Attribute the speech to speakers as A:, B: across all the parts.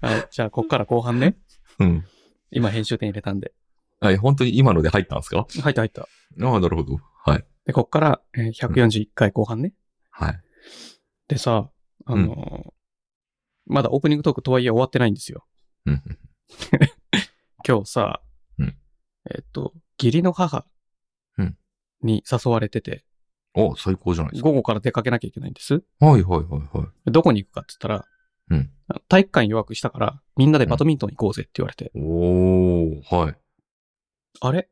A: はい。じゃあ、こっから後半ね。
B: うん。
A: 今、編集点入れたんで。
B: はい、本当に今ので入ったんですか
A: 入った入った。
B: ああ、なるほど。はい。
A: で、こっから、えー141回後半ね。
B: はい。
A: でさ、あのーまだオープニングトークとはいえ終わってないんですよ。
B: うん。
A: 今日さ、
B: うん
A: えっと、義理の母
B: うん
A: に誘われてて、
B: お最高じゃないですか。
A: 午後から出かけなきゃいけないんです。
B: はいはいはいはい。
A: どこに行くかって言ったら、
B: うん
A: あの体育館予約したから、みんなでバドミントン行こうぜって言われて、
B: おー、はい。
A: あれ、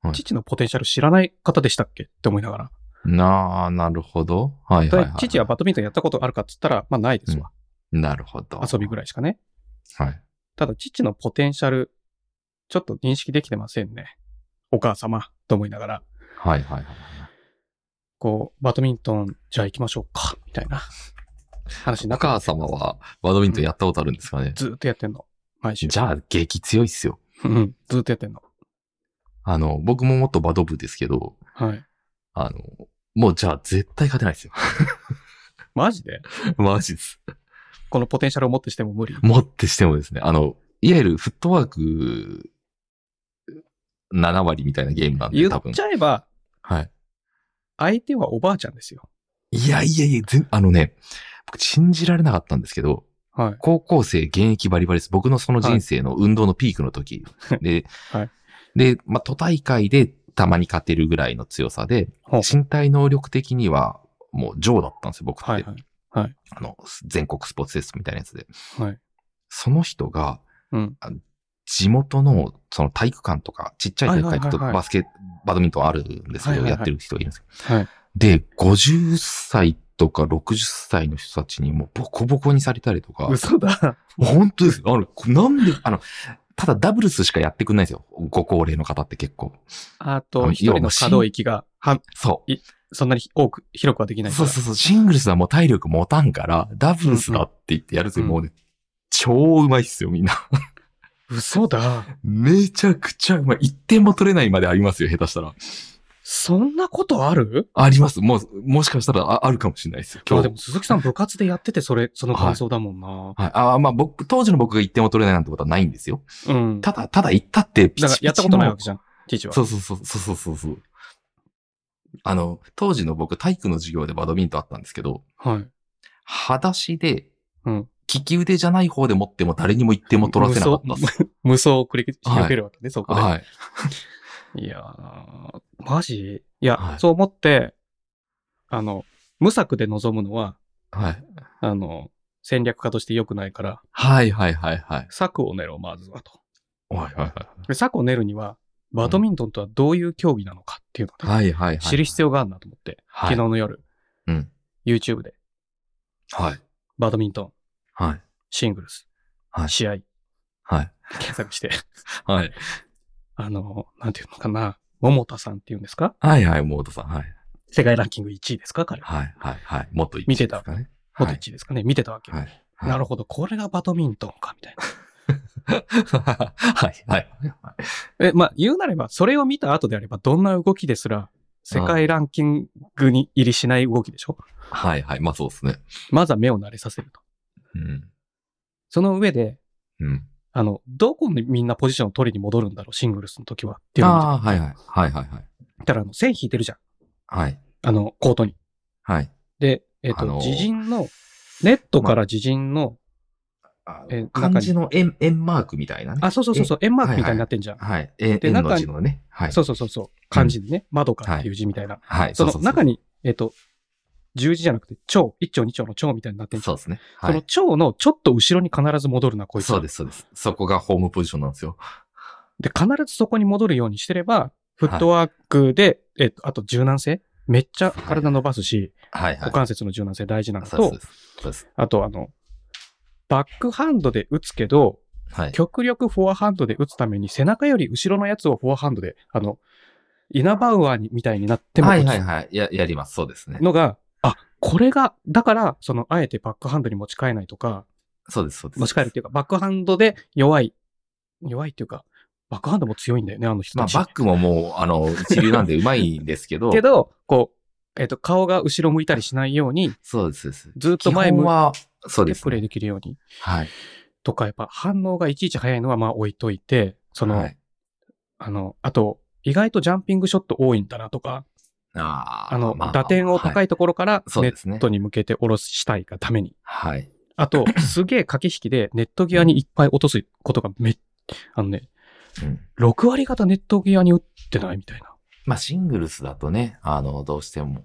B: はい
A: 父のポテンシャル知らない方でしたっけって思いながら。
B: なあ、なるほど。はいはい、はい。
A: 父はバドミントンやったことあるかって言ったら、まあないですわ。
B: なるほど。
A: 遊びぐらいしかね。
B: はい。
A: ただ、父のポテンシャル、ちょっと認識できてませんね。お母様、と思いながら、
B: はいはいはい。
A: こう、バドミントン、じゃあ行きましょうか、みたいな話にな
B: お
A: って、
B: 母様はバドミントンやったことあるんですかね、
A: ずーっとやってんの。毎週。
B: じゃあ、激強いっすよ。
A: うん、ずーっとやってんの。
B: あの、僕も元バド部ですけど、
A: はい。
B: あの、もうじゃあ絶対勝てないですよ。
A: マジで
B: マジです。
A: このポテンシャルをもってしても無理。
B: もってしてもですね、あの、いわゆるフットワーク7割みたいなゲームなんで、
A: 言
B: 多
A: っ
B: 分
A: ち。ゃえば、
B: はい。
A: 相手はおばあちゃんですよ。
B: いやいやいや、全あのね、僕信じられなかったんですけど、
A: はい。
B: 高校生現役バリバリです。僕のその人生の運動のピークの 時。で、
A: はい
B: で、まあ、都大会でたまに勝てるぐらいの強さで、
A: ほう
B: 身体能力的にはもう上だったんですよ、僕って。
A: はいはい。
B: あの、全国スポーツテストみたいなやつで。
A: はい。
B: その人が、
A: うん。
B: 地元のその体育館とか、ちっちゃい体育館行くと
A: はいはいはいはい
B: バスケ、バドミントンあるんですけ
A: はい
B: ど、
A: はいはい
B: やってる人がいるんですけ
A: はい。
B: ど。で、50歳とか60歳の人たちにもうボコボコにされたりとか、
A: 嘘だ。
B: 本当です。あの、なんで、あの、ただダブルスしかやってくんないんですよ。ご高齢の方って結構。
A: あ
B: あ
A: と、
B: の
A: 一人
B: 要
A: の
B: は
A: 可動域が、は、
B: そ
A: そんなに多く、広くはでき
B: う。
A: ないか
B: そう
A: ら。
B: そうそう。シングルスはもう体力持たんから、ダブルスだって言ってやると、
A: うん
B: もうね、超うまいっすよ、みんな。
A: 嘘だ。
B: めちゃくちゃうまい。一点も取れないまでありますよ、下手したら。
A: そんなことある
B: あります。もう、もしかしたらああるかもしれないですよ。
A: ま
B: 今
A: あで
B: 日。
A: も鈴木さん部活でやっててそれ、その感想だもんな。
B: はい、ああ、まあ僕、当時の僕が一点も取れないなんてことはないんですよ。
A: うん。だ
B: ただ、ただ行ったってピ
A: か
B: チピチの、
A: らやったことないわけじゃん、ティーチは。
B: そうそうそうそうそうそう。あの、当時の僕、体育の授業でバドミントンあったんですけど、
A: はい。
B: 裸足で、
A: うん
B: 利き腕じゃない方で持っても誰にも一点も取らせなかったっす。
A: 無双を繰り広げるわけね、そこで。
B: はい。
A: い、やー、マジいや、
B: はい
A: そう思って、あの、無策で臨むのは、
B: はい。
A: あの、戦略家として良くないから、
B: はいはいはいはい。
A: 策を練ろう、まずはと。
B: はいはい
A: で策を練るには、バドミントンとはどういう競技なのかっていうのをね、
B: はい。はいはいはい。
A: 知る必要があるなと思って、
B: はい
A: 昨日の夜、
B: うん。
A: YouTube で
B: はい。
A: バドミントン、
B: はい。
A: シングルス、
B: はい
A: 試合、
B: はい。
A: 検索して、
B: はい。
A: あの、なんていうのかな、桃田さんっていうんですか
B: はいはい、モードさん。はい。
A: 世界ランキング1位ですか彼は。
B: はいはいはい。もっと
A: 見てた
B: ですかね。
A: 元1位ですかね、見てたわけ、
B: はい。はい
A: なるほど、これがバドミントンか、みたい
B: はいはい。
A: な。え、まあ、言うなれば、それを見た後であれば、どんな動きですら、世界ランキングに入りしない動きでしょ
B: はいはい。まあそうですね。
A: まずは目を慣れさせると。
B: うん。
A: その上で、
B: うん。
A: あの、どこにみんなポジションを取りに戻るんだろう、シングルスの時は。っていうのを見
B: ああ、はいはい。はいはいはい。
A: てたら、あの、線引いてるじゃん。
B: はい。
A: あの、コートに。
B: はい。
A: で、えっ、
B: あ
A: と、
B: のー
A: 自陣の、ネットから自陣の、
B: あ
A: え
B: の
A: 中に
B: 漢字の円円マークみたいなね。
A: あ、そうそうそうそう、円マークみたいになってんじゃん。
B: はい。円
A: で
B: 円
A: 中
B: の
A: に
B: 字のね。はい。
A: そうそうそうそう、漢字でね、窓からっていう字みたいな。
B: はい。
A: そうの
B: うう
A: 中。に、えっ、と、十字じゃなくて、蝶、一丁二丁の蝶みたいになってんじゃ
B: そ
A: ん
B: うですね。は
A: その
B: い。
A: 蝶のちょっと後ろに必ず戻るな、こいつは。
B: そうです、そうです。そこがホームポジションなんですよ。
A: で、必ずそこに戻るようにしてれば、フットワークで、えっ、と、あと柔軟性めっちゃ体伸ばすし、
B: はいはい。
A: 股関節の柔軟性大事なの
B: そう
A: と、
B: です。そうです。
A: あとあの、バックハンドで打つけど、
B: はい。
A: 極力フォアハンドで打つために背中より後ろのやつをフォアハンドで、あの、イナバウアーにみたいになっても
B: は
A: 打
B: い
A: つ
B: はいはい。や、やります。そうですね。
A: のが、あ、これが、だから、その、あえてバックハンドに持ち替えないとか、
B: そうです、そうです。
A: 持ち替えるっていうか、バックハンドで弱い、弱いっていうか、バックハンドも強いんだよね、あの人
B: ま
A: た
B: あ、
A: ち。
B: バックももう、あの、一流なんでうまいんですけど、
A: けど、こう、えっ、と、顔が後ろ向いたりしないように、
B: そうです、そうです。
A: ずっと
B: 基
A: 前
B: 本
A: 向い
B: は、そうで
A: て
B: す
A: プレイで
B: ね。
A: きるように。
B: はい。
A: とか、やっぱ反応がいちいち早いのはまあ置いといて、その、
B: はい、
A: あの、あと、意外とジャンピングショット多いんだなとか、
B: あー
A: あの、
B: まあ
A: 打点を高
B: はい
A: いところから
B: そう
A: ネ
B: ですね
A: ットに向けて下ろしたいがために。
B: はい。
A: あ と、すげえ駆け引きでネット際にいっぱい落とすことがめっ、あのね、
B: うん
A: 6割方ネット際に打ってないみたいな、
B: まあ、シングルスだとね、あの、どうしても、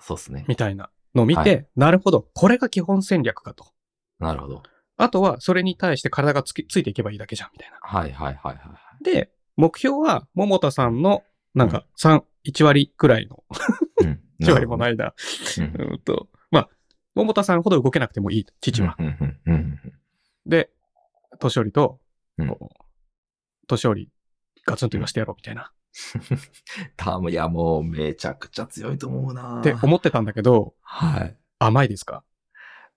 B: そうですね。
A: みたいなのを見て、
B: は
A: なるほど、これが基本戦略かと。
B: なるほど。
A: あとは、それに対して体がつきついていけばいいだけじゃん、みたいな。
B: はいはいはいはい。
A: で、目標は、桃田さんの、なんか、3、1割くらいの、
B: うん。。
A: 1割もないいな。
B: うん
A: うーんと、まあ、桃田さんほど動けなくてもいい、父は。
B: うんうんうんうん
A: で、年寄りと、
B: うん
A: こう年寄り、ガツンと言わしてやろう、みたいな。
B: たいや、もう、めちゃくちゃ強いと思うな
A: って思ってたんだけど、
B: はい。
A: 甘いですか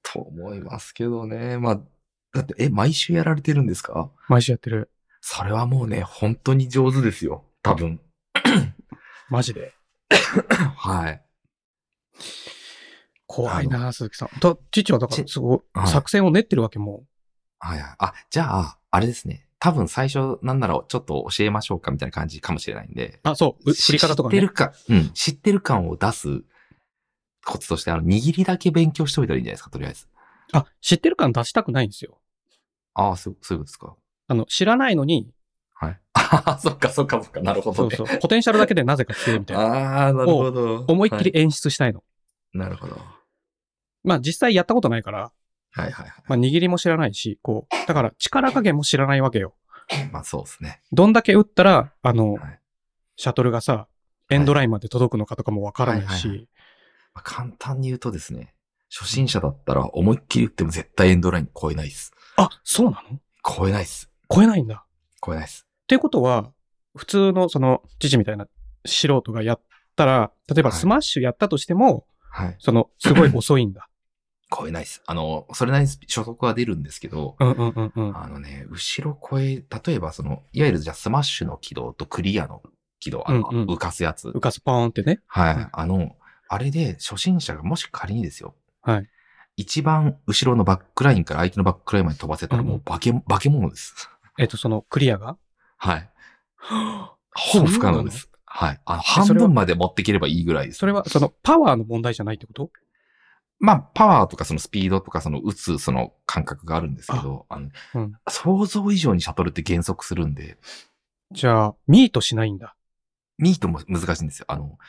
B: と思いますけどね。まあ、だって、え、毎週やられてるんですか
A: 毎週やってる。
B: それはもうね、本当に上手ですよ。多分。
A: マジで。
B: はい。
A: 怖いな、鈴木さん。と、父はだから、
B: ち
A: すご
B: はい
A: い、作戦を練ってるわけも
B: はいはい。あ、じゃあ、あれですね。多分最初、なんならちょっと教えましょうかみたいな感じかもしれないんで。
A: う。あ、そう、う振り方とか
B: 知って
A: ね
B: る。か、うん、知ってる感を出すコツとして、あの、握りだけ勉強しておいたらいいんじゃないですか、とりあえず。
A: あ、知ってる感出したくないんですよ。
B: ああ、そう、そういうことですか。
A: あの、知らないのに、
B: はい。 ああ、そっか、そっか、そっか、なるほ
A: そ
B: ど、
A: う
B: ね。
A: そう、ポテンシャルだけでなぜか強いみたいな。
B: ああ、なるほど。
A: 思いっきり
B: は
A: 演出したいの。
B: いなるほど。はい
A: まあ実際やったことないから、
B: はいは
A: まあ握りも知らないし、こう、だから力加減も知らないわけよ。
B: い。まあ、そうですね。
A: どんだけ打ったら、あの、
B: はい
A: シャトルがさ、エンドラインまで届くのかとかもわからない
B: はいはい
A: し、
B: まあ簡単に言うとですね、初心者だったら思いっきり打っても絶対エンドライン超えないっす。
A: あ、そうなの
B: 超えないっす。
A: 超えないんだ。っ
B: 超えないっす。
A: ていうことは、普通のその、父みたいな素人がやったら、例えば
B: はい
A: スマッシュやったとしても、
B: はい。
A: その、すごい遅いん だ。
B: 超えないっす。あの、それなりにスピ初速は出るんですけど、
A: うんうんうんうん。
B: あのね、後ろ越え、例えばその、いわゆるじゃあスマッシュの軌道とクリアの軌道、あの、
A: うんうん
B: 浮かすやつ
A: 浮。かすパーンってね。
B: は
A: うん
B: い。あの、あれで初心者がもし仮にですよ。
A: はい。
B: 一番後ろのバックラインから相手のバックラインまで飛ばせたらもう化け、化け物です。
A: えっ、と、その、クリアが。
B: はい。ほぼ不可能です。はい。あの、半分まで持ってければいいぐらいです。
A: それは、その、パワーの問題じゃないってこと
B: まあ、パワーとかそのスピードとかその打つその感覚があるんですけど、あの
A: うん
B: 想像以上にシャトルって減速するんで、
A: じゃあ、ミートしないんだ。
B: ミートも難しいんですよ。あの、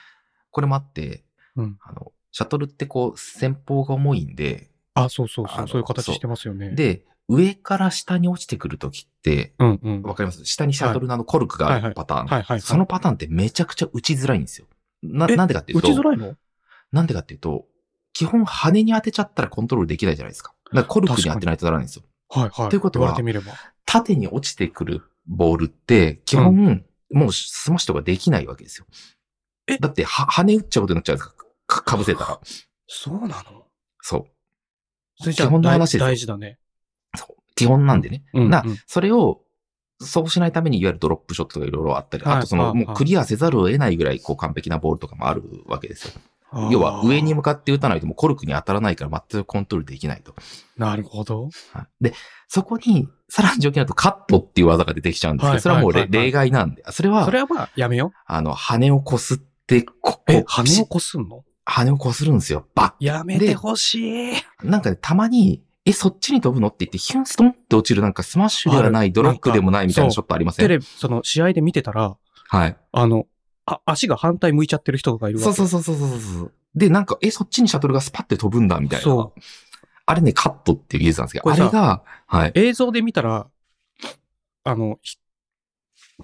B: これもあって、
A: うん
B: あの、シャトルってこう、先方が重いんで、
A: あ、そうそう
B: あ
A: そう、
B: の
A: そういう形してますよね。、
B: で、上から下に落ちてくるときって、
A: うんうん。
B: わかります下にシャトルのあのコルクがあ
A: はいはい
B: るパターン。
A: はいはい。
B: その、パターンってめちゃくちゃ打ちづらいんですよ。な、
A: え
B: なんでかっていう
A: 打
B: と、
A: ちづらいの
B: なんでかっていうと、基本羽に当てちゃったらコントロールできないじゃないですか。だからコルクに当てないとならないんですよ。
A: はいはい。
B: ということは
A: 言われてみれば。
B: 縦に落ちてくるボールって、基本、もうスマッシュとかできないわけですよ。
A: え
B: だって、は、羽打っちゃうことになっちゃうじゃないですか。か、かぶせたら。
A: そうなの
B: そう。
A: それじゃあ、
B: 基本の話ですよ
A: 大事だね。
B: そう。基本なんでね。
A: うんうん
B: な、それを、そうしないために、いわゆるドロップショットとかいろいろあったり、
A: はい
B: あとそ
A: は
B: の、
A: い
B: もうクリアせざるを得ないぐらい、こう完璧なボールとかもあるわけですよ。
A: あー
B: 要は、上に。向かって打たないともうコルクに当たらないから全くコントロールできないと。
A: なるほど。
B: はいで、そこに、さらに条件だとカットっていう技が出てきちゃうんですけ
A: はい
B: ど、それはもうれ
A: はいはいはい
B: 例外なんで、それは
A: そ、れはまあ、やめよ
B: あの、羽をこすって、ここ
A: う。え
B: う、
A: 羽
B: ピシ
A: を
B: ッ
A: こすんの
B: 羽をこするんですよ。バ
A: やめてほしい。
B: ッ。なんかね、たまに、え、そっちに飛ぶのって言って、ヒュンストンって落ちるなんかスマッシュでは
A: あ
B: な
A: る
B: い、ドロップでもないみたい
A: なん
B: な
A: か
B: ショットありませ
A: テ
B: ん
A: レビ、その、試合で見てたら、
B: はい。
A: あの、あ、足が反対向いちゃってる人がいるわけ。
B: そうそうそうそうそうそう。で、なんか、え、そっちにシャトルがスパッて飛ぶんだ、みたいな
A: そ。
B: あれね、カットっていう技術なんですけ
A: こ
B: ど、
A: れ
B: あ
A: さ
B: れが、はい。
A: 映像で見たら、あの、ひ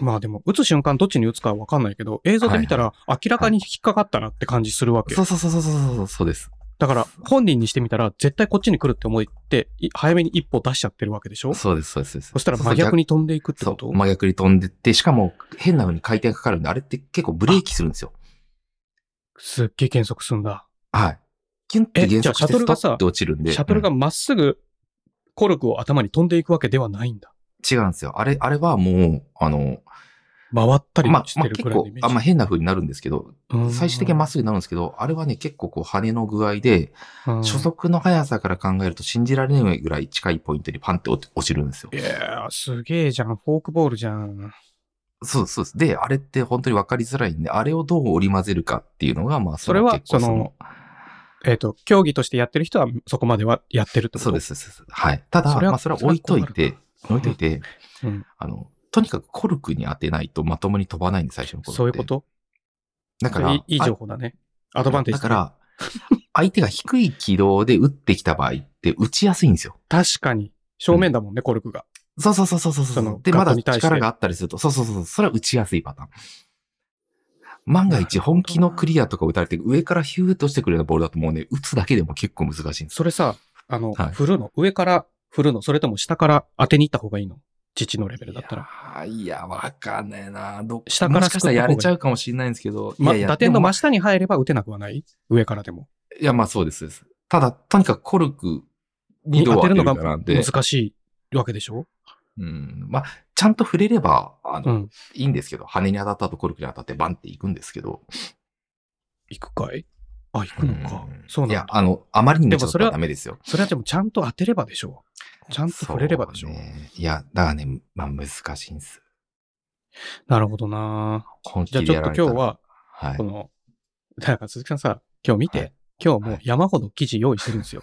A: まあでも、打つ瞬間どっちに打つかはわかんないけど、映像で見たら明らかに引っかかったなって感じするわけ。
B: そうそうそうそうそうそう、そうです。
A: だから、本人にしてみたら絶対こっちに来るって思って、い早めに一歩出しちゃってるわけでしょ
B: そうです、そうです。うです
A: そしたら真逆に飛んでいくって
B: そ
A: こ
B: う
A: と
B: 真逆に飛んでって、しかも変な風に回転かかるんで、あれって結構ブレーキするんですよ。
A: すっげえ減速すんだ。
B: はい。キュンって減速
A: えじゃあ
B: し
A: シャト
B: て
A: ル
B: スト
A: がさ
B: ッて落ちるんで。
A: シャトルが
B: うん
A: まっすぐコルクを頭に飛んでいくわけではないんだ。
B: 違うんですよ。あれ、あれはもう、あの、
A: 回ったり
B: まあ、
A: し
B: ま
A: て
B: あ、
A: る
B: 結
A: くらいのイ
B: 構
A: メ、ー
B: あん
A: ジ。
B: ま変な風になるんですけど、
A: うん
B: 最終的にまっすぐになるんですけど、あれはね、結構こう、羽の具合で、
A: うん
B: 初速の速さから考えると信じられないぐらい近いポイントにパンって落ち落ちるんですよ
A: い。やー、すげえじゃん。フォークボールじゃん。
B: そうです、そうです。で、あれって本当に分かりづらいんで、あれをどう織り交ぜるかっていうのが、まあ、
A: それは
B: 結構
A: そのえっ、と、競技としてやってる人はそこまではやってるってこと。
B: そうですす、そうです。はい。ただ、
A: それは
B: まあ、それは置いといて、
A: それは困る
B: 置いといて、
A: うん
B: あの、とにかくコルクに当てないとまともに飛ばないんで、最初の頃って。
A: そういうこと
B: だから、
A: いいいい情報だね。アドバンテージ
B: だから、相手が低い軌道で打ってきた場合って打ちやすいんですよ。
A: 確かに。正面だもんね、コルクが。
B: そうそうそうそうそう
A: その
B: で、
A: カ
B: ま
A: ット
B: だ
A: に対して
B: 力があったりすると、そうそうそう、それは打ちやすいパターン。万が一
A: なるほどな
B: 本気のクリアとか打たれて、上からヒューッとしてくるようなボールだともうね、打つだけでも結構難しいんです。
A: それさ、あの、
B: はい
A: 振るの上から振るのそれとも下から当てに行った方がいいの父のレベルだったら。
B: ら。いや、わかんねえな。ど
A: 下から
B: もしかした
A: すくった方
B: らや
A: がいい
B: れちゃうかもしれないんですけど。
A: ま、
B: いやいや
A: 打点の
B: でも
A: 真下に入れば打てなくはない上からでも。
B: いや、まあそうですです。ただ、とにかくコルクにどう
A: 当
B: 当
A: てる
B: て
A: の
B: るの
A: が
B: かなんで、
A: 難しいわけでしょ
B: うん、まあ、ちゃんと触れれば、あ
A: う
B: の、
A: ん。
B: いいんですけど、羽に当たった後コルクに当たってバンっていくんですけど。
A: 行くかいあ、行くのか
B: うん。
A: そう
B: い
A: な
B: や
A: ん、だ。
B: あの、あまりにもちょっ
A: でもそ
B: と
A: れは
B: ダメですよ。
A: それはでもちゃんと当てればでしょちゃんと触れればでしょ
B: そうねいや、だからね、まあ難しいんです。
A: なるほどな
B: 本気
A: じゃあ
B: で
A: ちょ
B: や
A: っ
B: ら
A: と
B: れ
A: 今
B: たら
A: 日、は、
B: はい
A: こ。の、 だから鈴木さんさ、今日見て、
B: はい
A: 今日もう山ほど記事用意してるんです よ。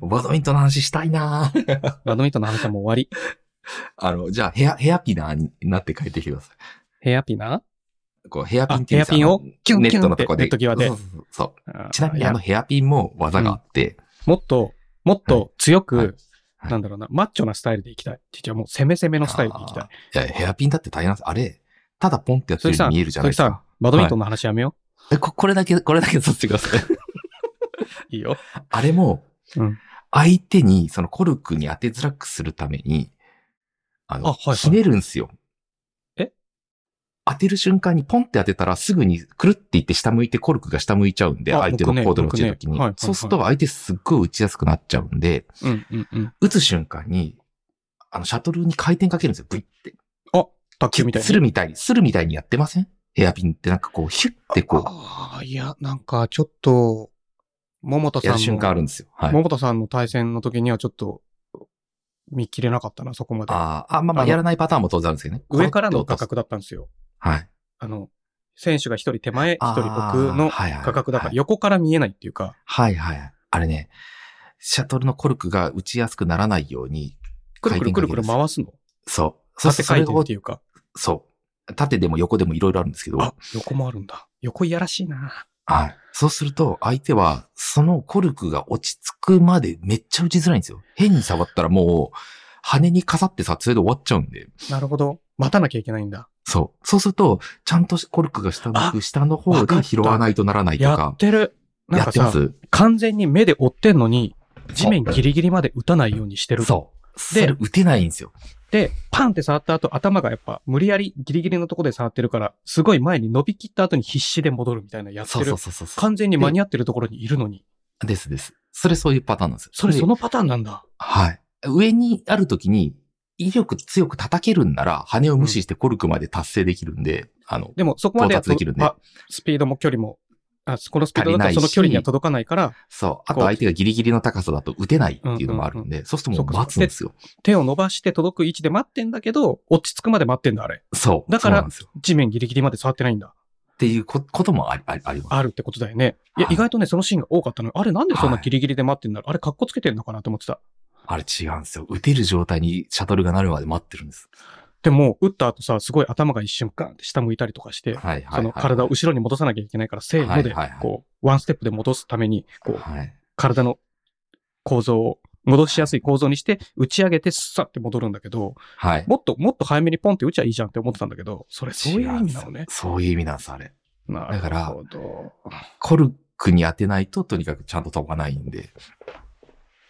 B: バドミントンの話したいなぁ
A: バドミントンの話はもう終わ
B: あの、じゃあヘア、ヘアピナーになって帰ってきてくださ
A: り。ヘアピナ
B: い。こう、ヘアピンっていう
A: あヘアピンを
B: あの
A: キュンキュン
B: ネ
A: って
B: ットのとこで。
A: ネット際で
B: そうそうそうそう。
A: ー
B: ちなみに
A: あ
B: あ
A: ー
B: のヘアピンも技があって、
A: もっと、もっと強く、
B: はいはい
A: なんだろうな、マッチョなスタイルでいきたい。父はもう攻め攻めのスタイルでいきたい。
B: いや、ヘアピンだって大変なんです。あれ、ただポンってやって
A: 鈴木さ、
B: るようんに見えるじゃない
A: 鈴
B: で
A: 木
B: す
A: さ
B: か。
A: ん、バドミントンの話やめよ
B: えここれだけ、これだけさせてくださ い。
A: う。いいよ。
B: あれも、
A: うん
B: 相手に、そのコルクに当てづらくするために、あの、
A: あはいはい
B: ひねるんですよ。
A: え
B: 当てる瞬間にポンって当てたらすぐにくるっていって下向いてコルクが下向いちゃうんで、
A: あ
B: 相手の
A: 僕ね
B: コードに落ちるとき
A: 僕
B: に
A: ねはいはいは。い
B: そうすると相手すっごい打ちやすくなっちゃうんで、
A: うんうんうん。
B: 打つ瞬間に、あの、シャトルに回転かけるんですよ。ブイって。
A: あ、卓球みたいな
B: す。るみたいに、するみたいにやってませんヘアピンってなんかこう、ヒュッてこ
A: ああ、いや、なんかちょっと、桃田
B: う、や
A: さ
B: る
A: ん
B: 瞬間あ
A: の、
B: るんですよ。はい。
A: 桃田さんの対戦の時にはちょっと、見切れなかったな、そこまで。
B: あーあ、まあま
A: あ
B: あ、
A: の
B: やらないパターンも当然あるんですけどね。
A: 上からの画
B: コロッて落と
A: 角だったんですよ。
B: す。はい。
A: あの、選手が一人手前、一
B: あ
A: 人
B: ー
A: 奥の
B: はいはい
A: 画角だから、
B: はい
A: 横から見えないっていうか、
B: はいはい。あれね、シャトルのコルクが打ちやすくならないように、
A: くるくるくるくる
B: る。
A: 回すの。
B: そう。そし
A: 縦
B: てそ
A: 回
B: れ
A: 転っ
B: を
A: て、いうか。
B: そう。縦でも横でもいろいろあるんですけど、
A: あ、横もあるんだ。横いやらしいな。
B: はい。そうすると、相手は、そのコルクが落ち着くまでめっちゃ打ちづらいんですよ。変に触ったらもう、羽にかさって撮影で終わっちゃうんで。
A: なるほど。待たなきゃいけないんだ。
B: そう。そうすると、ちゃんとコルクが下向く、下の
A: わ
B: 方
A: かっ
B: で
A: た
B: 拾わないとならないと
A: やっ
B: か、
A: てる。なん
B: や
A: か
B: ってま
A: さ、
B: す
A: 完全に目で追ってんのに、地面ギリギリまで打たないようにしてる。
B: そう。それ打てないんですよ。
A: で、パンって触った後、頭がやっぱ無理やりギリギリのとこで触ってるから、すごい前に伸びきった後に必死で戻るみたいなやって
B: そう
A: る。
B: そうそうそうそう。
A: 完全に間に合ってるところにいるのに。
B: ですです。それそういうパターンなんですよ。
A: それ
B: で
A: そのパターンなんだ。
B: はい。上にあるときに、威力強く叩けるんなら、羽を無視してコルクまで達成できるんで、あの、
A: でもそこまでや
B: 到達できるね
A: あスピードも距離も、あこのスピードだ
B: 足りな
A: と
B: いし
A: その距離には届かないから、
B: そう。あ
A: ことう
B: 相手がギリギリの高さだと打てないっていうのもあるんで、そうすると
A: そっかそっ
B: もう
A: か
B: 待つんですよ。
A: 手を伸ばして届く位置で待ってんだけど、落ち着くまで待ってんだ、あれ。
B: そう。
A: だから
B: そうなんですよ。
A: 地面ギリギリまで触ってないんだ。
B: っていうここともありありあります。
A: あるってことだよね。いや、
B: はい
A: 意外とね、そのシーンが多かったのよあれなんでそんな
B: はい
A: ギリギリで待ってんだろう、あれ格好つけてんのかなと思ってた。
B: あれ違うんですよ。打てる状態にシャトルがなるまで待ってるんです。
A: でも、打った後さ、すごい頭が一瞬ガンって下向いたりとかして、
B: はいはい、はい。
A: その体を後ろに戻さなきゃいけないから、せーので
B: はいはいは、い
A: こう、ワンステップで戻すために、こう、
B: はい。
A: 体の構造を、戻しやすい構造にして、打ち上げて、スッサって戻るんだけど、
B: はい。
A: もっと、もっと早めにポンって打ちゃいいじゃんって思ってたんだけど、それ、そういう意味なの
B: 違うん
A: ね
B: で。すよそういう意味なんです、あれ。
A: な
B: だから
A: るほど。
B: コルクに当てないと、とにかくちゃんと飛ばないんで。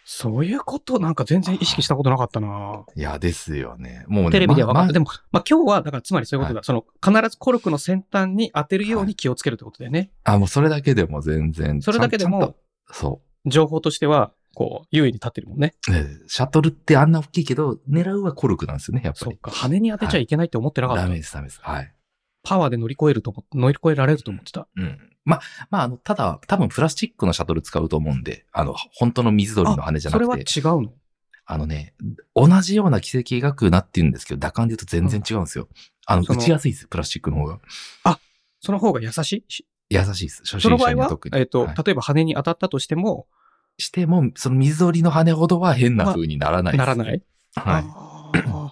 A: そういうこと、なんか全然意識したことなかったない
B: や、ですよね。もうね、
A: テレビでは分か
B: ま
A: っ
B: ま
A: た。でも、まあ、今日は、だからつまりそういうことだ。その、必ずコルクの先端に当てるように気をつけるってことだよね。
B: あ、もうそれだけでも全然。
A: それだけでも
B: ちゃんちゃんとそ
A: 情報としては、こう、優位に立ってるもんね。
B: えーシャトルってあんな大きいけど、狙うはコルクなんですよね、やっぱ
A: そっ
B: り。
A: か、羽に当てちゃいけないって思ってなかった。
B: ダメです、ダメです。はい。
A: パワーで乗り越えると思、乗り越えられると思ってた。
B: うん。まあ、まあ、あの、ただ、多分プラスチックのシャトル使うと思うんで、あの、本当の水鳥の羽じゃな
A: それ
B: く
A: は違
B: て
A: う、の
B: あのね、同じような奇跡描くなって言うんですけど、打感で言うと全然違うんですよ。あの、
A: そ
B: 打
A: の
B: ちやすいです、プラスチックの方が。
A: その方が優しいし
B: 優しいです、初
A: その場
B: 心者
A: 合
B: には
A: は
B: 特、に。
A: えっと、
B: はい
A: 例えば羽に当たったとしても、
B: しても、その水鳥の羽ほどは変な風にならないで
A: な
B: す、
A: らない。
B: はい。
A: あー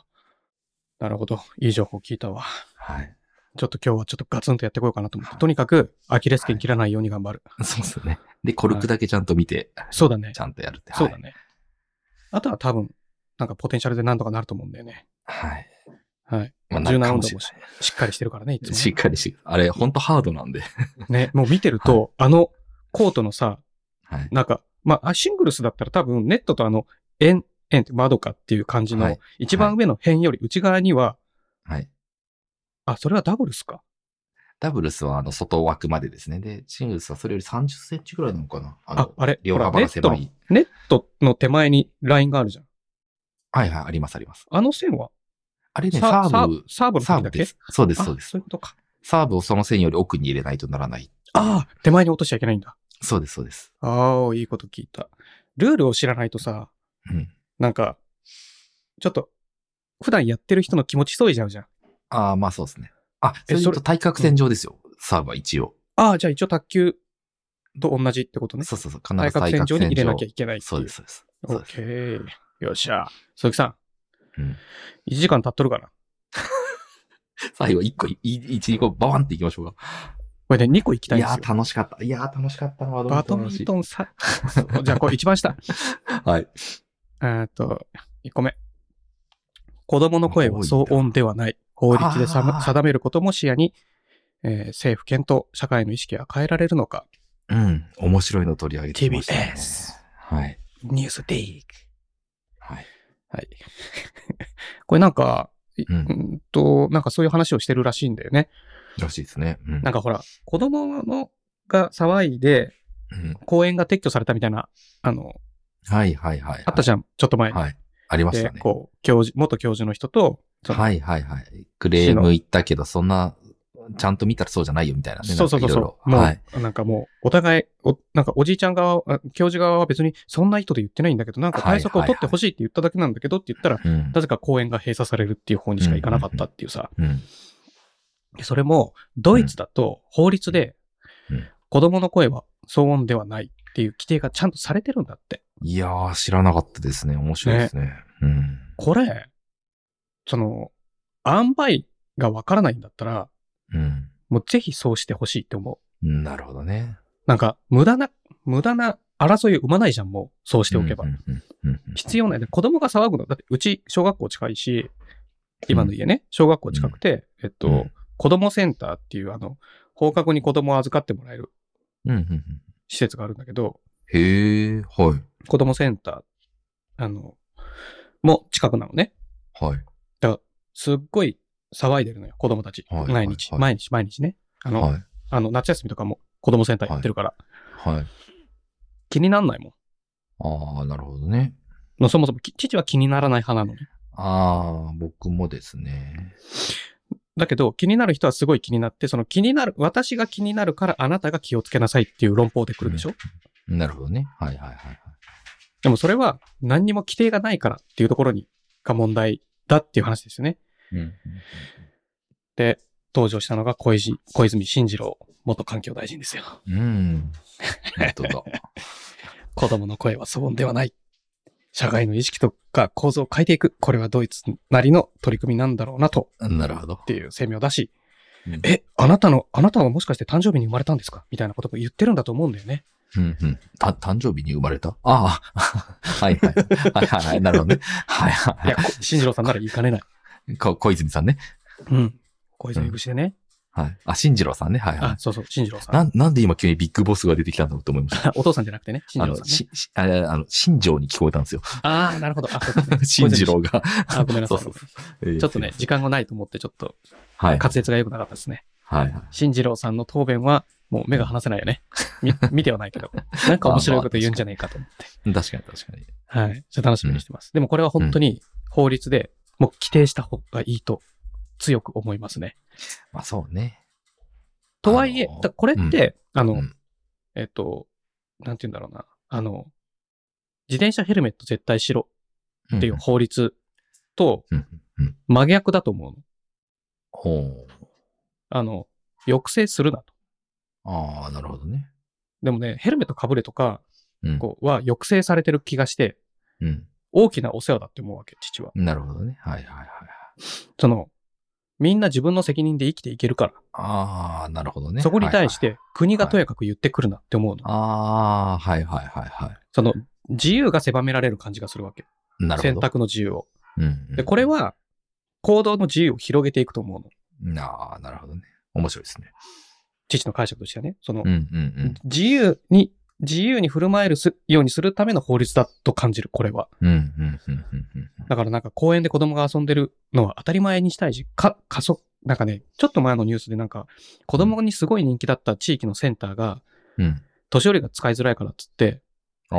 A: なるほど。いい情報聞いたわ。
B: はい。
A: ちょっと今日はちょっとガツンとやってこようかなと思って。
B: はい
A: とにかく、アキレス腱切らないように頑張る。
B: そうですよね。で、コルクだけちゃんと見て、
A: そうだね
B: ち。ゃんとやるって。
A: そうだね。あとは多分、なんかポテンシャルで何とかなると思うんだよね。
B: はい。はい。
A: はい。
B: まあ、
A: 柔軟
B: なるか
A: 運
B: も
A: 動
B: しれ
A: も
B: な
A: し
B: い
A: しっかりしてるからね、いつも
B: しっかりして、あれ、ほんとハードなんで。
A: ね。ねもう見てると、あの、コートのさ、
B: はい。
A: なんか、まあ、シングルスだったら多分、ネットとあの、円、円って窓かっていう感じ
B: は
A: の
B: い、
A: 一番上の辺より内側には、
B: はい。
A: あ、それはダブルスか。
B: ダブルスは、あの、外枠までですね。で、シングルスはそれより30センチぐらいなのかな。あの
A: あ、あれ、
B: 両
A: ほら
B: 幅
A: ネ
B: が
A: ット
B: 狭
A: の、
B: い。
A: ネットの手前にラインがあるじゃん。
B: はいはい、ありますあります。
A: あの線は、
B: あれね、
A: サ
B: サ
A: サ
B: ーブ、
A: サーブの
B: サー
A: 時
B: ブ
A: だ
B: で
A: け
B: す。そうです、
A: あ
B: そうです
A: そうい。うことか。
B: サーブをその線より奥に入れないとならない。
A: ああ、手前に落としちゃいけないんだ。
B: そうです、そうです。
A: ああ、いいこと聞いた。ルールを知らないとさ、
B: うん。
A: なんか、ちょっと、普段やってる人の気持ちそいじゃうじゃん。
B: ああ、まあそうですね。あ、そ
A: え
B: れ
A: そ
B: と
A: れ
B: 対角線上ですよ。サーブは一応。
A: ああ、じゃあ一応卓球と同じってことね。
B: そうそうそう。必
A: 対
B: ず
A: 角
B: 対角
A: 線上に入れ
B: 線
A: な
B: 上
A: きゃいけないっていう。
B: そうです、そうです。
A: オ
B: そう
A: ッ
B: です
A: ケー。よっしゃ。鈴木さ
B: うん
A: ん、1時間経っとるかな
B: 最後、一個、い一、二個、バワンっていきましょうか。
A: これで2個行きたい
B: い
A: んです
B: や
A: よ
B: ー、。楽しかった。いやー、楽しかったな。バドミ
A: バ
B: ト
A: ド
B: ンの
A: ミ
B: 話
A: ントンさ、そうじゃあこれ一番 下。
B: はい。
A: えーっと、1個目。子供の声は騒音ではない。法律でさ
B: あー
A: 定めることも視野に、えー政府検討、社会の意識は変えられるのか。
B: うん。面白いの取り上げてきました、ね。
A: TBS
B: はい。
A: ニュースディーク。
B: はい。
A: はい。これなんか、い
B: うん
A: うんと、なんかそういう話をしてるらしいんだよね。
B: らしいですね。うん。
A: なんかほら、子供のが騒いで、
B: うん
A: 公園が撤去されたみたいな、あの、
B: はいはいはい。
A: あったじゃん、ちょっと前に。
B: はい。ありまし
A: で
B: た、ね。
A: こう、教授、元教授の人と、その
B: はいはいはい。クレーム言ったけど、そんな、ちゃんと見たらそうじゃないよみたいなね。
A: そうそうそう
B: なんかい
A: そ
B: ろ
A: う。
B: いろ
A: もう、
B: はい。
A: なんかもう、お互い、おなんかおじいちゃん側は、あ教授側は別にそんな意図で言ってないんだけど、なんか対策を取ってほしいって言っただけなんだけどって言ったら、
B: うん。
A: なぜか公園が閉鎖されるっていう方にしか行かなかったっていうさ。
B: うん。
A: でそれも、ドイツだと法律で
B: うん、
A: 子供の声は騒音ではないっていう規定がちゃんとされてるんだって。
B: いやー、知らなかったですね。面白いですね。うん。
A: これ、その、塩梅がわからないんだったら、もうぜひそうしてほしいって思う。
B: うん。なるほどね。
A: なんか、無駄な、無駄な争いを生まないじゃん、もう、そうしておけば
B: う。んうんうんうん
A: 必要ない。で子供が騒ぐの、だって、うち、小学校近いし、今の家ね、小学校近くて、えっ
B: う
A: と
B: ん、
A: 子供センターっていう、あの、放課後に子供を預かってもらえる
B: うんうんうん。
A: 施設があるんだけど、
B: へえ、はい。
A: 子供センター、あの、も近くなのね。
B: はい。
A: すっごい騒いでるのよ、子供たち。
B: はいはい
A: 毎日、
B: はい
A: 毎日、毎日ね。あの、
B: はい。
A: あの夏休みとかも子供センターやってるから、
B: はい。
A: 気になんないもん。
B: ああ、なるほどね。
A: のそもそもき父は気にならない派なのね。
B: ああ、僕もですね。
A: だけど、気になる人はすごい気になって、その気になる、私が気になるからあなたが気をつけなさいっていう論法で来るでしょ、
B: なるほどね。はいはいはいはい。
A: でもそれは何にも規定がないからっていうところにが問題だっていう話ですよね。
B: うん。
A: で、登場したのが小泉小泉進次郎元環境大臣ですよ。
B: うん。本当だ。
A: 子供の声は騒音ではない。社会の意識とか構造を変えていく。これはドイツなりの取り組みなんだろうなと
B: なるほど
A: っ。ていう声明を出し、
B: うん
A: え、あなたの、あなたはもしかして誕生日に生まれたんですかみたいなことも言ってるんだと思うんだよね。
B: うんうん。た、誕生日に生まれたあ あ。はいはい。はいはいはい。なるほどね。は
A: い
B: いは
A: や、こ進次郎さんなら言いかねない。
B: い。こ小泉さんね。
A: うん。小泉節でね。
B: はい。あ、進次郎さんね。はいは
A: あ、そうそう、進次郎
B: い。
A: さん。
B: なん、なんで今急にビッグボスが出てきたんだろうと思いました。
A: お父さんじゃなくてね、進
B: あ
A: 次郎
B: の、
A: さんね。
B: し、しああの、新庄に聞こえたんですよ。
A: ああ、なるほど。あ、そうですね
B: 進次郎が。
A: あ、ごめんなさい。
B: そうそ
A: ち
B: えー
A: ょっとね、、時間がないと思って、ちょっと
B: はい。
A: 滑舌が良くなかったですね。
B: はいはい。
A: 進次郎さんの答弁は、もう目が離せないよね。 み見てはないけど。なんか面白いこと言うんじゃねえかと思って。
B: 確かに確かに。
A: はい。ちょっと楽しみにしてます。でもこれは本当に法律でもう規定した方がいいと強く思いますね。
B: まあそうね。
A: とはいえ、
B: あのー
A: だこれって、あの、
B: うん
A: えっと、なんて言うんだろうな。あの、自転車ヘルメット絶対しろっていう法律と
B: うん。うん。うん。
A: 真逆だと思うの。
B: ほう。
A: あの、抑制するなと。
B: ああ、なるほどね。
A: でもね、ヘルメットかぶれとか
B: うん。
A: こうは抑制されてる気がして、
B: うん。
A: 大きなお世話だって思うわけ、父は。
B: なるほどね。はいはいはいはい。
A: その、みんな自分の責任で生きていけるから、
B: ああ、なるほどね。
A: そこに対し
B: はい
A: て国がとやかく言ってくるなって思うの。
B: はい。ああ、はいはいはいは
A: その、自由が狭められる感じがするわけ。
B: い。なるほど。
A: 選。択の自由を。
B: うんうん。
A: で、これは、行動の自由を広げていくと思うの。
B: ああ、なるほどね。面白いですね。
A: 父の解釈としてはね。その
B: う、んうん
A: 自由に、自由に振る舞えるすようにするための法律だと感じる、これは。
B: うん。うんうんうんうんうん。
A: だからなんか公園で子供が遊んでるのは当たり前にしたいし、か、加速、なんかね、ちょっと前のニュースでなんか、子供にすごい人気だった地域のセンターが、
B: うん。
A: 年寄りが使いづらいからっつって、
B: あ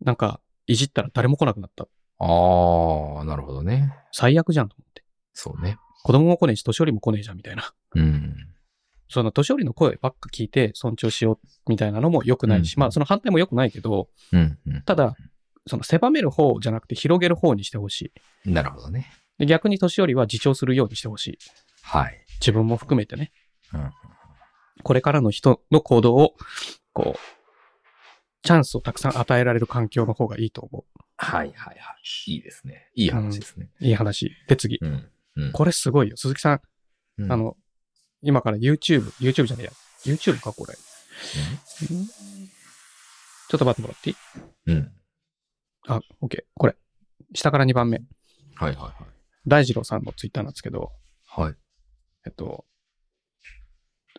A: なんか、いじったら誰も来なくなった。
B: あ、ああ、なるほどね。
A: 最悪じゃんと思って。
B: そうね。
A: 子供も来ねえし、年寄りも来ねえじゃんみたいな。
B: うん。
A: その年寄りの声ばっか聞いて尊重しようみたいなのも良くないし、
B: う
A: ま
B: ん
A: あその反対も良くないけど、
B: うんうん。
A: ただ、その狭める方じゃなくて広げる方にしてほしい。
B: なるほどね。
A: で逆に年寄りは自重するようにしてほしい。
B: はい。
A: 自分も含めてね。
B: うん。
A: これからの人の行動を、こう、チャンスをたくさん与えられる環境の方がいいと思
B: はいはいはい。いいですね。いい話ですね。
A: う。いい話。で、次。
B: うん。うん。
A: これすごいよ。鈴木さん、あの、今から YouTube、YouTube じゃねえや。YouTube か、これ。んちょっと待ってもらっていい
B: うん、うん。
A: あ、OK。これ。下から2番目。
B: はいはい
A: 大二郎さんのツイッターなんですけど、
B: はい。はい。
A: えっと、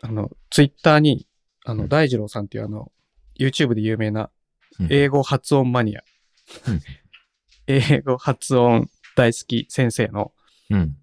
A: あの、ツイッターに、あ
B: う
A: の、
B: ん
A: 大二郎さんっていうあの、YouTube で有名な
B: うん
A: 英語発音マニア
B: うん、
A: 英語発音大好き先生の、
B: うん。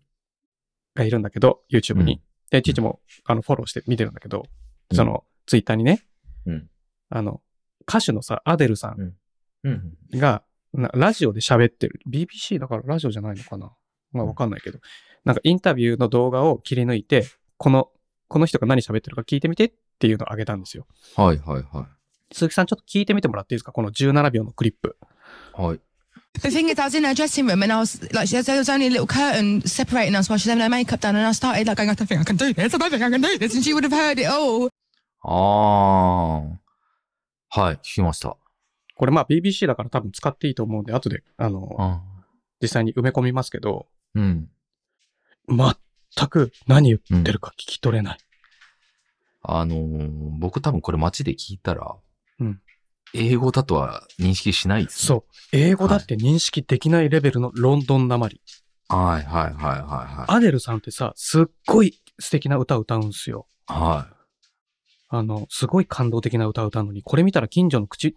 A: がいるんだけど、YouTube
B: う
A: に。で、父も、あの、フォローして見てるんだけど、その、ツイッターにね、
B: うん
A: あの、歌手のさ、アデルさん
B: うん。
A: が、なラジオで喋ってる。BBC だからラジオじゃないのかなまあわかんないけど。なんかインタビューの動画を切り抜いて、この、この人が何喋ってるか聞いてみてっていうのをあげたんですよ。
B: はいはいは
A: 鈴木さんちょっと聞いてみてもらっていいですかこの17秒のクリップ。
B: い。はい。
C: The thing is, I was in her dressing room and I was like, there there was only a little curtain separating us while she was having her makeup done, and I started like going, I don't think I can do this, I don't think I can do this, and she would have heard it all.
B: ああ。はい、聞きました。
A: これまあ BBC だから多分使っていいと思うんで、後で、あの、実際に埋め込みますけど、
B: うん。
A: 全く何言ってるか聞き取れない。
B: あのー僕多分これ街で聞いたら、
A: うん
B: 英語だとは認識しないです、ね。
A: そう。英語だって認識できないレベルのロンドンなまり。
B: そう。はいはいはいはいはい。
A: アデルさんってさ、すっごい素敵な歌歌うんすよ。
B: は
A: あの、すごい感動的な歌を歌うのに、これ見たら近所の口、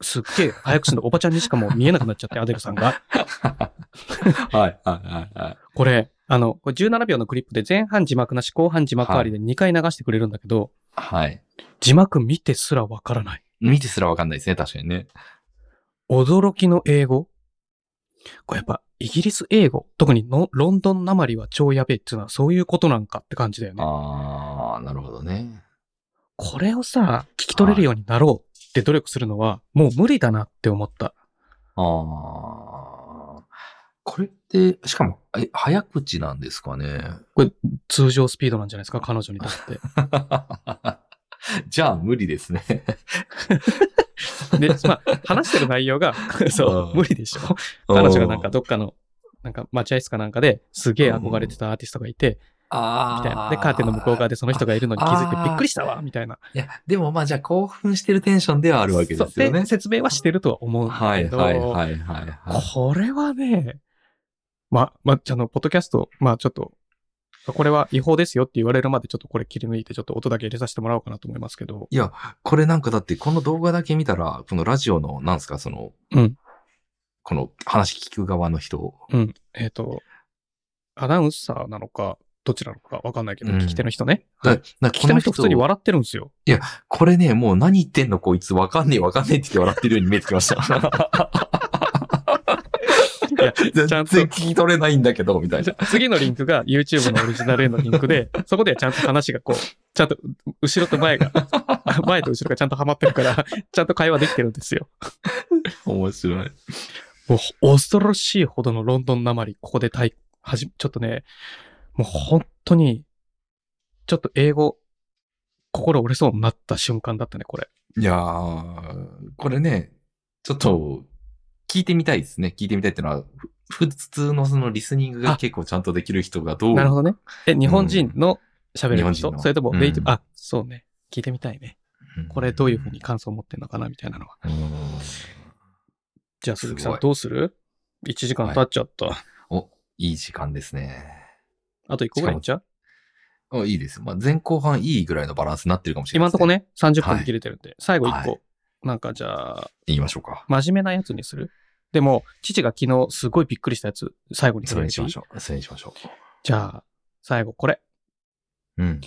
A: すっげえ早口のおばちゃんにしかもう見えなくなっ ちゃって、アデルさんが。
B: い。はいはいはいはい。
A: これ、あの、これ17秒のクリップで前半字幕なし、後半字幕ありで2回流してくれるんだけど、
B: はい。
A: 字幕見てすらわからない。
B: 見てすらわかんないですね、確かにね。
A: 驚きの英語これやっぱ、イギリス英語、特にのロンドンなまりは超やべえっていうのはそういうことなんかって感じだよね。
B: ああ、なるほどね。
A: これをさ、聞き取れるようになろうって努力するのは、もう無理だなって思った。
B: ああ。これって、しかも、え、早口なんですかね。
A: 通常スピードなんじゃないですか、彼女にとって。
B: じゃあ無理ですね。
A: で、まあ、話してる内容が、そうう、
B: ん
A: 無理でしょ。彼女がなんかどっかの、なんか待合室かなんかですげえ憧れてたアーティストがいて、
B: あ
A: み
B: ー
A: たいな。で、カーテンの向こう側でその人がいるのに気づいてびっくりしたわ、みたいな。
B: いや、でもまあじゃあ興奮してるテンションではあるわけですよ
A: そう
B: ね
A: で。説明はしてるとは思うんだ
B: は
A: け
B: い
A: ど、
B: はいはいはいはい。
A: これはね、ま、ま、あの、ポッドキャスト、まあちょっと、これは違法ですよって言われるまでちょっとこれ切り抜いてちょっと音だけ入れさせてもらおうかなと思いますけど。
B: いや、これなんかだってこの動画だけ見たら、このラジオの、なんですか、その、
A: うん
B: この話聞く側の人、
A: うん。えっ、と、アナウンサーなのか、どちらのかわかんないけど、
B: うん
A: 聞き手の人ね。
B: だ
A: はい
B: だ
A: 聞き手の人普通に笑ってるん ですよ。
B: これね、もう何言ってんのこいつわかんねえわかんねえって言って笑ってるように見えてきま した。
A: いや
B: 全
A: ちゃ
B: 然
A: んと
B: 聞き取れないんだけど、みたい な。
A: 次のリンクが YouTube のオリジナルへのリンク で、そこではちゃんと話がこう、ちゃんと後ろと前が、前と後ろがちゃんとハマってるから、ちゃんと会話できてるんですよ。
B: 面白い。
A: もう恐ろしいほどのロンドンなまり、ここで体、はじ、ちょっとね、もう本当に、ちょっと英語、心折れそうになった瞬間だったね、これ。
B: いやー、これね、ちょっと、聞いてみたいですね。聞いてみたいってのは、ふ普通のそのリスニングが
A: あ
B: 結構ちゃんとできる人がどう、
A: なるほどね。え、日本人の喋
B: 日
A: る
B: 本人
A: 人、
B: の
A: それともネイティブ、
B: うん
A: あ、そうね。聞いてみたいね。
B: うん
A: これどういうふうに感想を持ってんのかな、みたいなのは。
B: うん
A: じゃあ、鈴木
B: す
A: さ
B: ご
A: ん
B: い
A: どうする ?1 時間経っちゃった。
B: お、いい時間ですね。
A: あと1個ぐらいいっちゃう
B: おいいです。まあ、前後半いいぐらいのバランスになってるかもしれ
A: 今
B: ない
A: ん
B: です、
A: と
B: ね。
A: こね、30分
B: は
A: で
B: い
A: 切れてるんで、最後1個、
B: は
A: なんかじゃあ、
B: 言いましょうか。
A: 真面目なやつにするでも、父が昨日すごいびっくりしたやつ、最後に
B: それにしま
A: じ
B: しょう。それにしましょ
A: ゃあ、最後これ。
B: う。うん。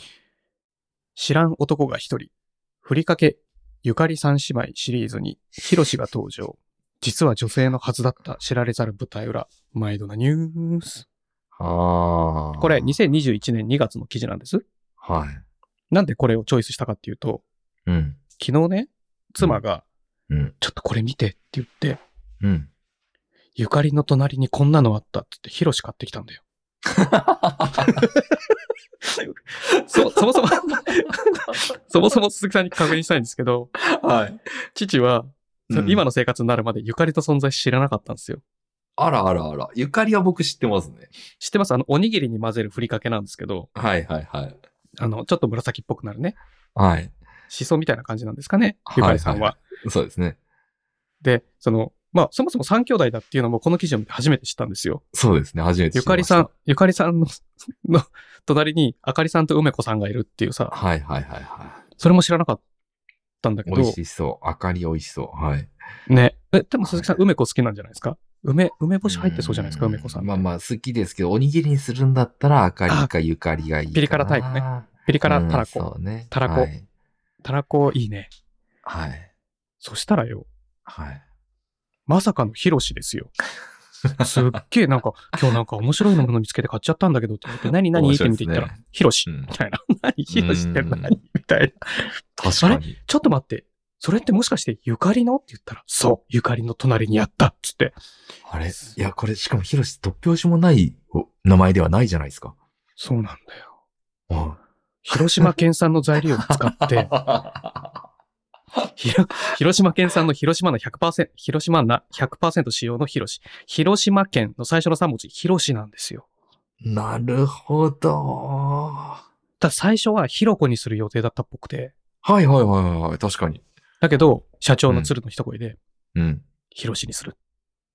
A: 知らん男が一人。ふりかけ、ゆかり三姉妹シリーズに、ひろしが登場。実は女性のはずだった知られざる舞台裏。マイドなニュース。
B: ああ。
A: これ、2021年2月の記事なんです。
B: はい。
A: なんでこれをチョイスしたかっていうと、
B: うん。
A: 昨日ね、妻が、
B: うん。
A: ちょっとこれ見てって言って、
B: うん。
A: ゆかりの隣にこんなのあったってって、ヒロシ買ってきたんだよ。そ、そもそも、そもそも鈴木さんに確認したいんですけど、
B: はい。
A: 父は、そ
B: うん
A: 今の生活になるまでゆかりと存在知らなかったんですよ。
B: あらあらあら。ゆかりは僕知ってますね。
A: 知ってますあの、おにぎりに混ぜるふりかけなんですけど、
B: はいはいはい。
A: あの、ちょっと紫っぽくなるね。
B: はい。
A: しそみたいな感じなんですかね、ゆかりさんは。
B: はそうですね。
A: で、その、まあ、そもそも3兄弟だっていうのもこの記事を見て初めて知ったんですよ。
B: そうですね。初めて
A: ゆ
B: 知りま
A: かり
B: した
A: さん、ゆかりさんの、 の隣にあかりさんと梅子さんがいるっていうさ、
B: はいはいはいは
A: それも知らなかったんだけ
B: い。美
A: ど
B: 味、しそう。あかり美味しそう。はい。
A: ね。え、でも鈴木さん、梅子好きなんじゃないですか梅、梅干し入ってそうじゃないですか、
B: うん
A: 梅子さん。
B: まあまあ、好きですけど、おにぎりにするんだったら、あかりかゆかりがいいかな。
A: ピリ辛タイプねピリ辛たら
B: うん
A: こ。
B: そうね。
A: たらこ
B: はい。
A: たらこいいね。
B: はい。
A: そしたらよ、
B: はい。
A: まさかのヒロシです よ。すっげえなんか、今日なんか面白いもの見つけて買っちゃったんだけどって言 って、何何
B: 面
A: って
B: 白い
A: 見
B: です
A: て
B: ね
A: みたら、ヒロシ。
B: うん
A: みたいな。 何ヒロシって
B: うん
A: 何みたいな。
B: 確かに。
A: ちょっと待って。それってもしかしてゆかりのって言ったら、そう、ゆかりの隣にあったっつって。
B: あれいや、これ、しかも、ヒロシ、突拍子もないお名前ではないじゃないですか。
A: そうなんだよ。
B: うん
A: 広島県産の材料を使って、ひろ広島県産の広島の100%、広島な100%使用の広し。広島県の最初の3文字、広しなんですよ。
B: なるほど。
A: ただ最初は広子にする予定だったっぽくて。
B: はいはいはいはい、確かに。
A: だけど、社長の鶴の一声で、
B: うん。
A: 広しにする。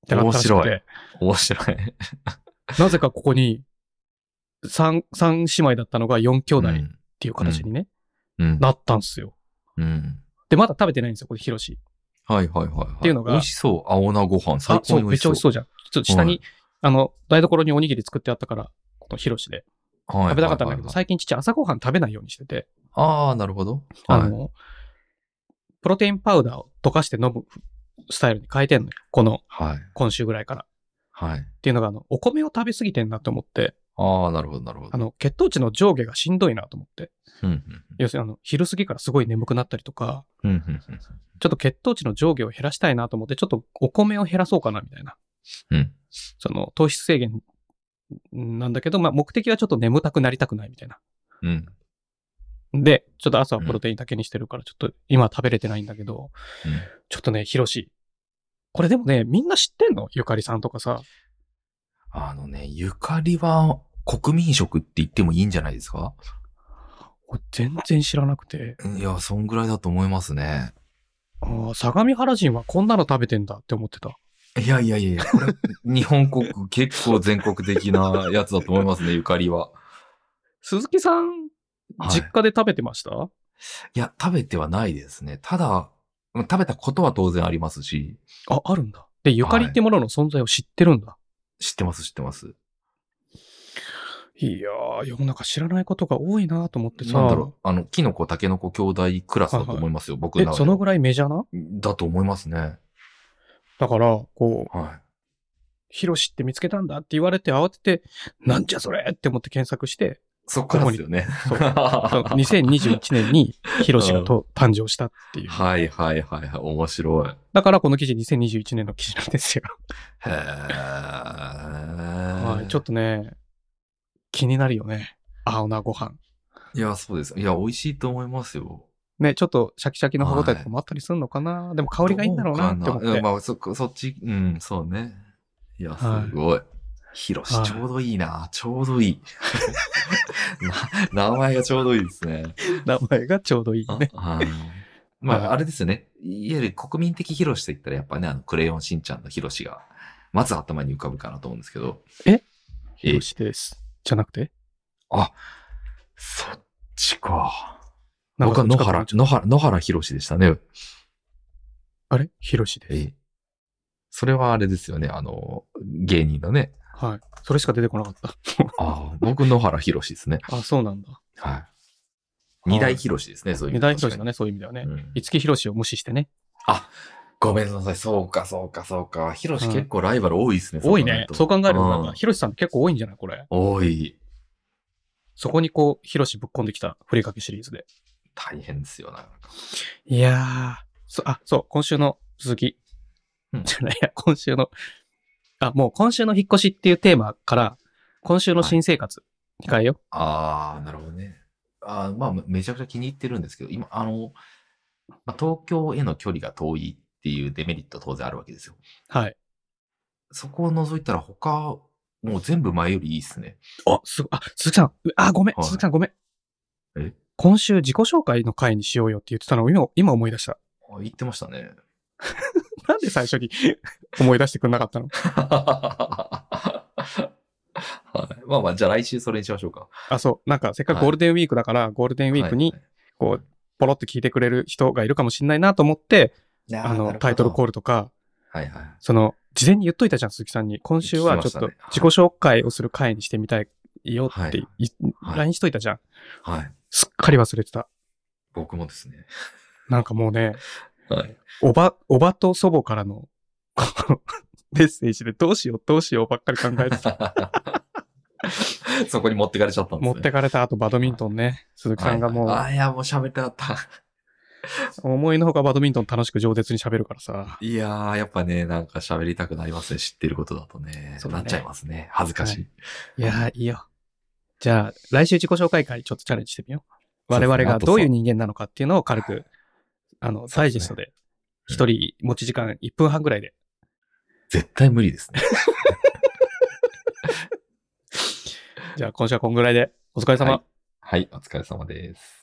A: ってなったらしくて、
B: 面白い。
A: なぜかここに、三、三姉妹だったのが四兄弟っ
B: うん
A: ていう形にね、
B: うん。
A: なったんすよ。
B: うん。
A: で、まだ食べてないんですよ、これ、広し。
B: はいはいはい、はい。
A: っていうのが
B: 美味しそう。青菜ご飯。最
A: あ、
B: 高
A: そう、
B: に美
A: め
B: 味
A: っ
B: し
A: ちゃ美
B: そう。
A: 味しそうじゃん。ちょっと下
B: はい
A: に、あの、台所におにぎり作ってあったから、この広しで。
B: はい
A: 食べたかったんだけど、
B: はいはい
A: 最近父朝ごはん食べないようにしてて、
B: ああ、なるほど。
A: あ
B: はい。
A: の、プロテインパウダーを溶かして飲むスタイルに変えてんのよ。この、
B: はい。
A: 今週ぐらいから。っ
B: はい。
A: ていうのが、あの、お米を食べ過ぎてんなと思って、
B: ああ、なるほど、なるほど。
A: あの、血糖値の上下がしんどいなと思って。
B: うん、うん
A: 要するに、あの、昼過ぎからすごい眠くなったりとか、
B: うん、うんうん
A: ちょっと血糖値の上下を減らしたいなと思って、ちょっとお米を減らそうかな、みたいな。
B: うん。うん。
A: その、糖質制限なんだけど、まあ、目的はちょっと眠たくなりたくないみたいな。
B: うん。
A: で、ちょっと朝はプロテインだけにしてるから、ちょっと今は食べれてないんだけど、
B: うん
A: ちょっとね、ヒロシ。これでもね、みんな知ってんのゆかりさんとかさ。
B: あのね、ゆかりは国民食って言ってもいいんじゃないですか
A: 俺全然知らなくて。
B: いや、そんぐらいだと思いますね。
A: あー相模原人はこんなの食べてんだって思ってた。
B: いやいやいやいや、これ、 日本国結構全国的なやつだと思いますね、ゆかりは。
A: 鈴木さん、
B: はい
A: 実家で食べてました、
B: いや、食べてはないですね。ただ、うん食べたことは当然ありますし、
A: あ、あるんだ。で、ゆかりってものの存在を知ってるんだ。
B: 知ってます、知ってます。
A: いやー、世の中知らないことが多いなと思って
B: なんだ
A: さ、
B: ろう。あの、キノコ、タケノコ兄弟クラスだと思いますよ、僕
A: え
B: の、中で
A: そのぐらいメジャーな
B: だと思いますね。
A: だから、こう、
B: は
A: ヒロシって見つけたんだって言われて慌てて、なんじゃそれって思って検索して、
B: い。そっからですよね。
A: そうそ の
B: は
A: 2021年にヒロシがと誕生したってい。
B: いうはいはいはい。面白い。
A: だからこの記事2021年の記事なんです よ。
B: へー
A: はい、ちょっとね、気になるよね。青菜ご飯。
B: いや、そうです。いや、美味しいと思いますよ。
A: ね、ちょっとシャキシャキの歯応えとかもあったりするのかな、でも香りがいいんだろうなって思っ
B: どうか
A: て。
B: なまあ、そ、そっち、うん、そうね。いや、
A: はい
B: すごい。ヒロシ
A: はい
B: ちょうどいいな。ちょうどいい。 な名前がちょうどいいですね。
A: 名前がちょうどいいね。
B: はい。ま
A: はい
B: あ、あれですよね。いわゆる国民的ヒロシと言ったら、やっぱね、あの、クレヨンしんちゃんのヒロシが、まず頭に浮かぶかなと思うんですけど。
A: えヒ
B: え
A: ロ、シです。じゃなくて
B: そっちか。
A: なん
B: 僕
A: か
B: は野原、野原、野原ヒロシでしたね。
A: あれヒロシです。
B: え、それはあれですよね。あの、芸人のね。
A: はい。それしか出てこなかった。
B: ああ、僕、野原ひろしですね。
A: あ、そうなんだ。
B: はい。二大ひろしですね、そういう
A: 二
B: 意味では
A: 大ヒロシだね、そういう意味ではね。
B: 確かにうん
A: 五木ひろしを無視してね。
B: ごめんなさい、そうか、そうか、そうか。ひろし
A: うん
B: 結構ライバル多いですね。
A: 多いね。そう考えると、なん
B: う
A: か、
B: ん
A: ヒロシさん結構多いんじゃないこれ。
B: 多い。
A: そこにこう、ヒロシぶっこんできたふりかけシリーズで。
B: 大変ですよ、なんか。
A: いやー。そあ、そう、今週の続き。
B: うん
A: じゃないや、今週の。あ、もう今週の引っ越しっていうテーマから、今週の新生活に変えよ
B: ああ、なるほどね。あーまあ、めめちゃくちゃ気に入ってるんですけど、今、あの、まあ、東京への距離が遠いっていうデメリット当然あるわけですよ。
A: う。はい。
B: そこを除いたら他、もう全部前よりいいですね。
A: あ、すごあ、鈴木さん。うあ、ごめん。
B: はい
A: 鈴木さん、ごめん。
B: え
A: 今週自己紹介の回にしようよって言ってたのを今、今思い出した。
B: あ言ってましたね。
A: なんで最初に 思い出してくれなかったの
B: はい、まあまあ、じゃあ来週それにしましょうか。
A: あ、そう。なんか、せっかくゴールデンウィークだから、ゴールデンウィークに
B: はい、
A: こう、ポロって聞いてくれる人がいるかもしんないなと思って、
B: はい
A: あの、タイトルコー
B: ル。
A: ルとか、
B: はいはい。
A: その、事前に言っといたじゃん、鈴木さんに。今週はちょっと
B: 聞きましたね
A: 自己紹介をする回にしてみたいよってい、
B: はい
A: LINE しといたじゃん。
B: はい。
A: すっかり忘れてた。
B: 僕もですね。
A: なんかもうね、
B: はい。
A: おば、おばと祖母からの、このメッセージでどうしようどうしようばっかり考 えてた。
B: そこに持ってかれちゃったんです
A: 持
B: ね。
A: ってかれた後バドミントンね。鈴木さんがも
B: はいはいあ、いや、もう喋ってなかった。
A: う、思いのほかバドミントン楽しく饒舌に喋るからさ。
B: いやー、やっぱね、なんか喋りたくなりますね。知ってることだとね。
A: そうだ
B: な
A: ね
B: っちゃいますね。恥ずかしい。
A: いやー、いいよ。じゃあ、来週自己紹介会ちょっとチャレンジしてみよう。
B: そ
A: 我
B: うですね
A: 々が
B: あと
A: ど
B: そう
A: ういう人間なのかっていうのを軽く、あの、
B: すね
A: ダイジェストで、一人持ち時間1分半ぐらいで。
B: 絶対無理ですね。
A: じゃあ、今週はこんぐらいで、お疲れ様。
B: はい。はい、お疲れ様です。